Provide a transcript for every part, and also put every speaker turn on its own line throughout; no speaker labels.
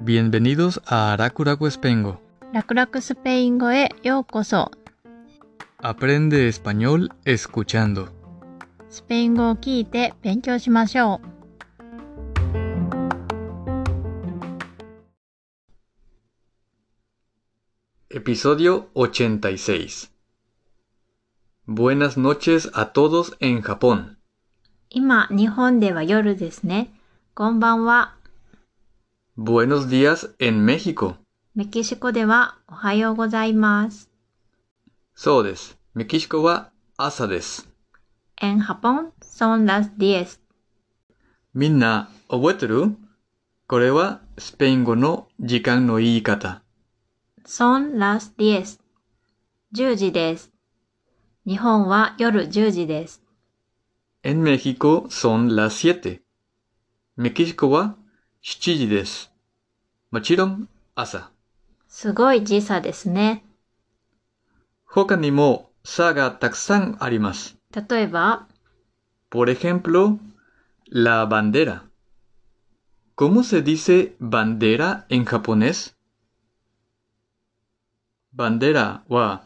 Bienvenidos a Arakuraku Spengo.
ラクラクスペイン語へようこそ。
Aprende español escuchando.
スペイン語を聞いて勉強しましょう。
Episodio 86. Buenas noches a todos en Japón.
今、日本では夜ですね。こんばんは。
Buenos días en México.
メキシコではおはようございます。
そうです。メキシコは朝です。
En Japón son las 10.
みんな覚えてるこれはスペイン語の時間の言い方。
son las 10. 10時です。日本は夜10時です。
En México son las siete. メキシコは7時です。もちろん朝。
すごい時差ですね。
他にも差がたくさんあります。
例えば、
Por ejemplo, la bandera. ¿Cómo se dice bandera en japonés? Bandera は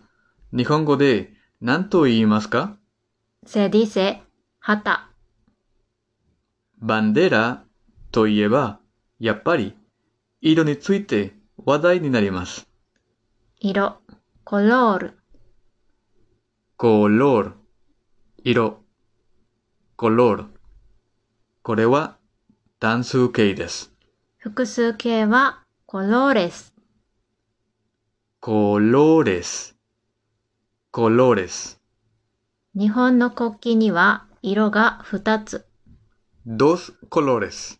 日本語で何と言いますか
se dice 旗。
?bandera といえば、やっぱり色について話題になります。
色。color。
color 色 color これは単数形です。
複数形は colores。
colores, colores,
日本の国旗には色が2つ。
dos colores.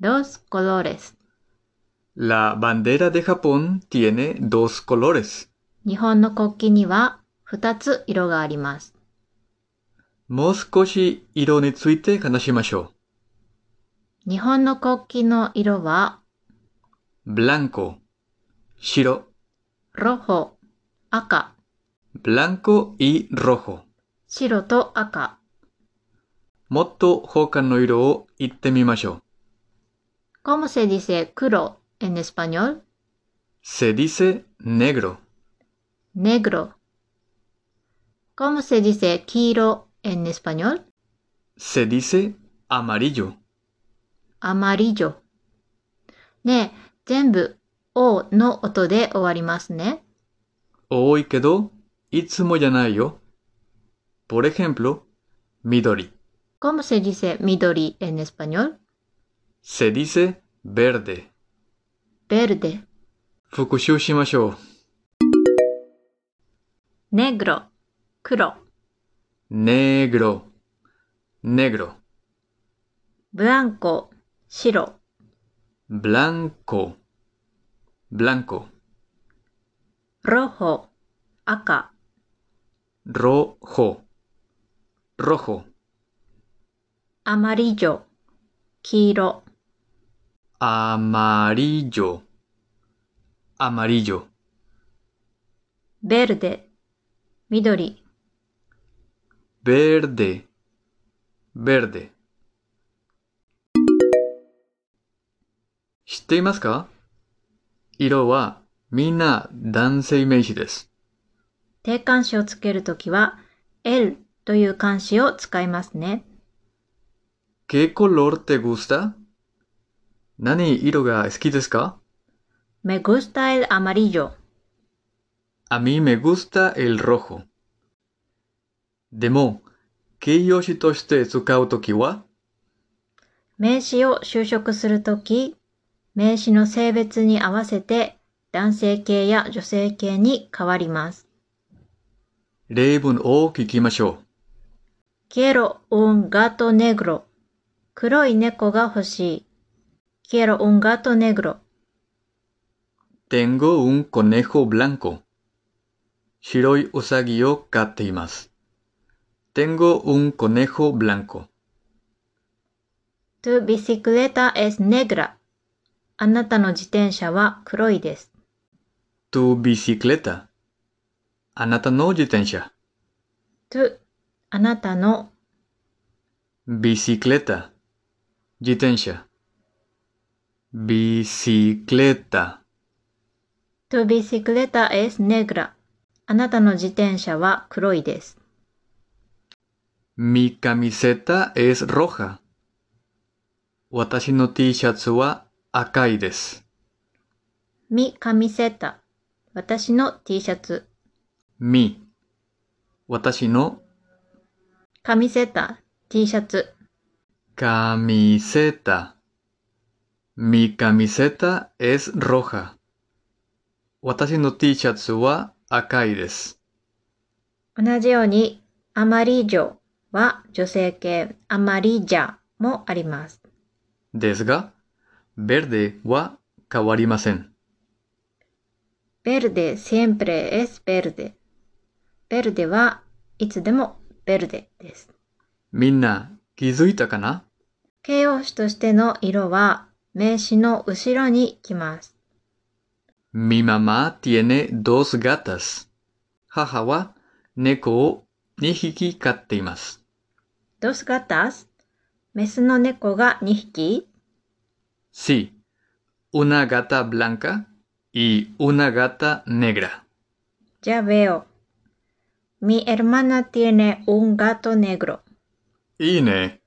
dos colores。
La bandera de Japón tiene dos colores.
日本の国旗には2つ色があります。
もう少し色について話しましょ
日本の国旗の色は、
う。blanco, 白、
rojo、赤、
blanco y rojo.
白と赤。
もっと他の色を言ってみましょう。
como se dice黒 en español?
se dice negro,
negro。como se dice 黄色 en español?
se dice amarillo,
amarillo。ねえ、全部 O の音で終わりますね。
多いけど、いつもじゃないよ。por ejemplo, 緑。
como se dice 緑 en español?
se dice verde.
verde。
復習しましょう。
negro 黒
negro, negro,
blanco 白
blanco, blanco,
rojo 赤
rojo, rojo,
amarillo 黄色
amarillo, amarillo,
verde 緑
verde, verde. 知っていますか色はみんな男性名詞です。
定冠詞をつけるときは L という冠詞を使いますね
¿Qué color te gusta? 何色が好きですか
me gusta el amarillo
A mí me gusta el rojo. でも、形容詞として使うときは、
名詞を修飾するとき名詞の性別に合わせて男性形や女性形に変わります
例文を聞きましょ
Quiero un gato negro. 黒い猫が欲しい。Quiero un gato negro.
う。Tengo un conejo blanco. 白いウサギを飼っています。Tengo un conejo blanco.
Tu bicicleta es negra. あなたの自転車は黒いです。
Tu bicicleta. あなたの自転車。
Tu あなたの
Bicicleta. Jitensha. Bicicleta.
Tu bicicleta es negra. あなたの自転車は黒いです。
Mi camiseta es roja. Watashi no T-shirts wa akai desu.
み、紙セタ。私の T シャツ。
Mi. Watashi no
紙セタ、T シャツ。
camiseta. Mi camiseta es roja. Watashi no T-shirts wa akai desu.
同じように、アマリージョは女性形、アマリージャもあります。
ですが、verde は変わりません。
ベルデ、シンプレエスベルデ。ベルデはいつでもベルデです。
みんな気づいたかな
形容詞としての色は名詞の後ろに来ます。
Mi mamá tiene dos gatas. 母は猫を2匹飼っています。
ドスガタス、メスの猫が2匹、
Sí, una gata blanca y una gata negra.
ジャベオ。Mi hermana tiene un gato negro.
いいね。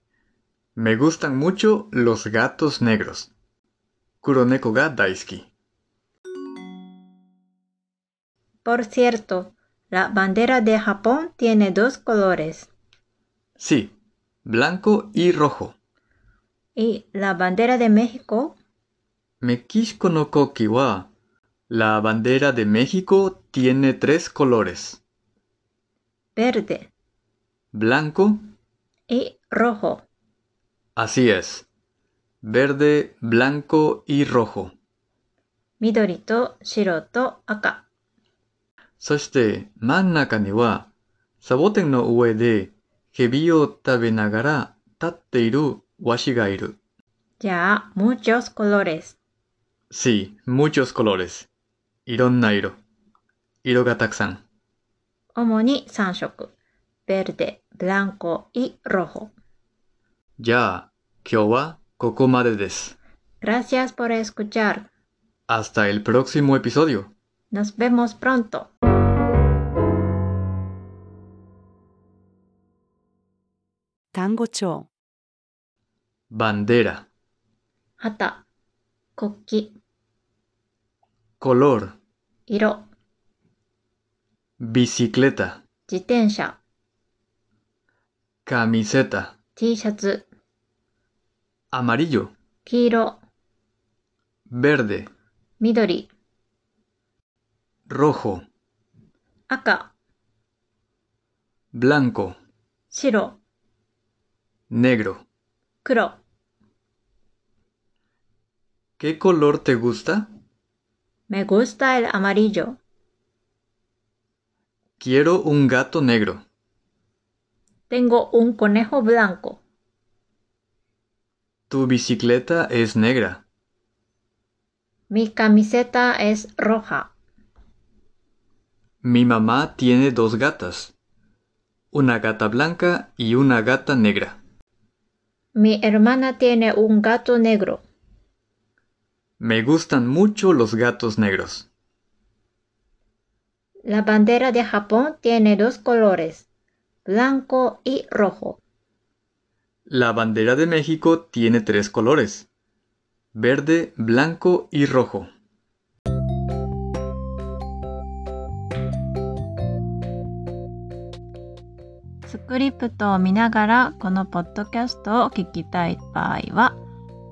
Me gustan mucho los gatos negros. 黒猫が大好き。
Por cierto, la bandera de Japón tiene dos colores.
Sí, blanco y rojo.
Y la bandera de México
メキシコの国旗は、La bandera de México tiene tres colores,
verde
blanco,
y rojo.
así es, verde, blanco y rojo.
緑と白と赤。
そして真ん中には、サボテンの上で、ヘビを食べながら立っているワシがいる。
じゃあ、muchos colores。
Sí, muchos colores. いろんな色。色がたくさん。
主に3色。verde、ブランコ、y rojo。
じゃあ、今日はここまでです。
Gracias por escuchar.
Hasta el próximo episodio.
Nos vemos pronto.
単語帳
Bandera.
旗、国旗、
color,
色、
bicicleta,
自転車、
camiseta,
T シャツ、
amarillo,
黄色、
verde,
緑、
rojo,
赤、
blanco,
白、
negro.
黒。
¿Qué color te gusta?
Me gusta el amarillo.
Quiero un gato negro.
Tengo un conejo blanco.
Tu bicicleta es negra.
Mi camiseta es roja.
Mi mamá tiene dos gatas. Una gata blanca y una gata negra.
Mi hermana tiene un gato negro.
Me gustan mucho los gatos negros.
La bandera de Japón tiene dos colores, blanco y rojo.
La bandera de México tiene tres colores. Verde, blanco y rojo.
Script を見ながらこのポッドキャストを聞きたい場合は、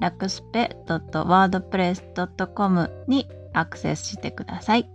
ラクスペ .wordpress.com にアクセスしてください。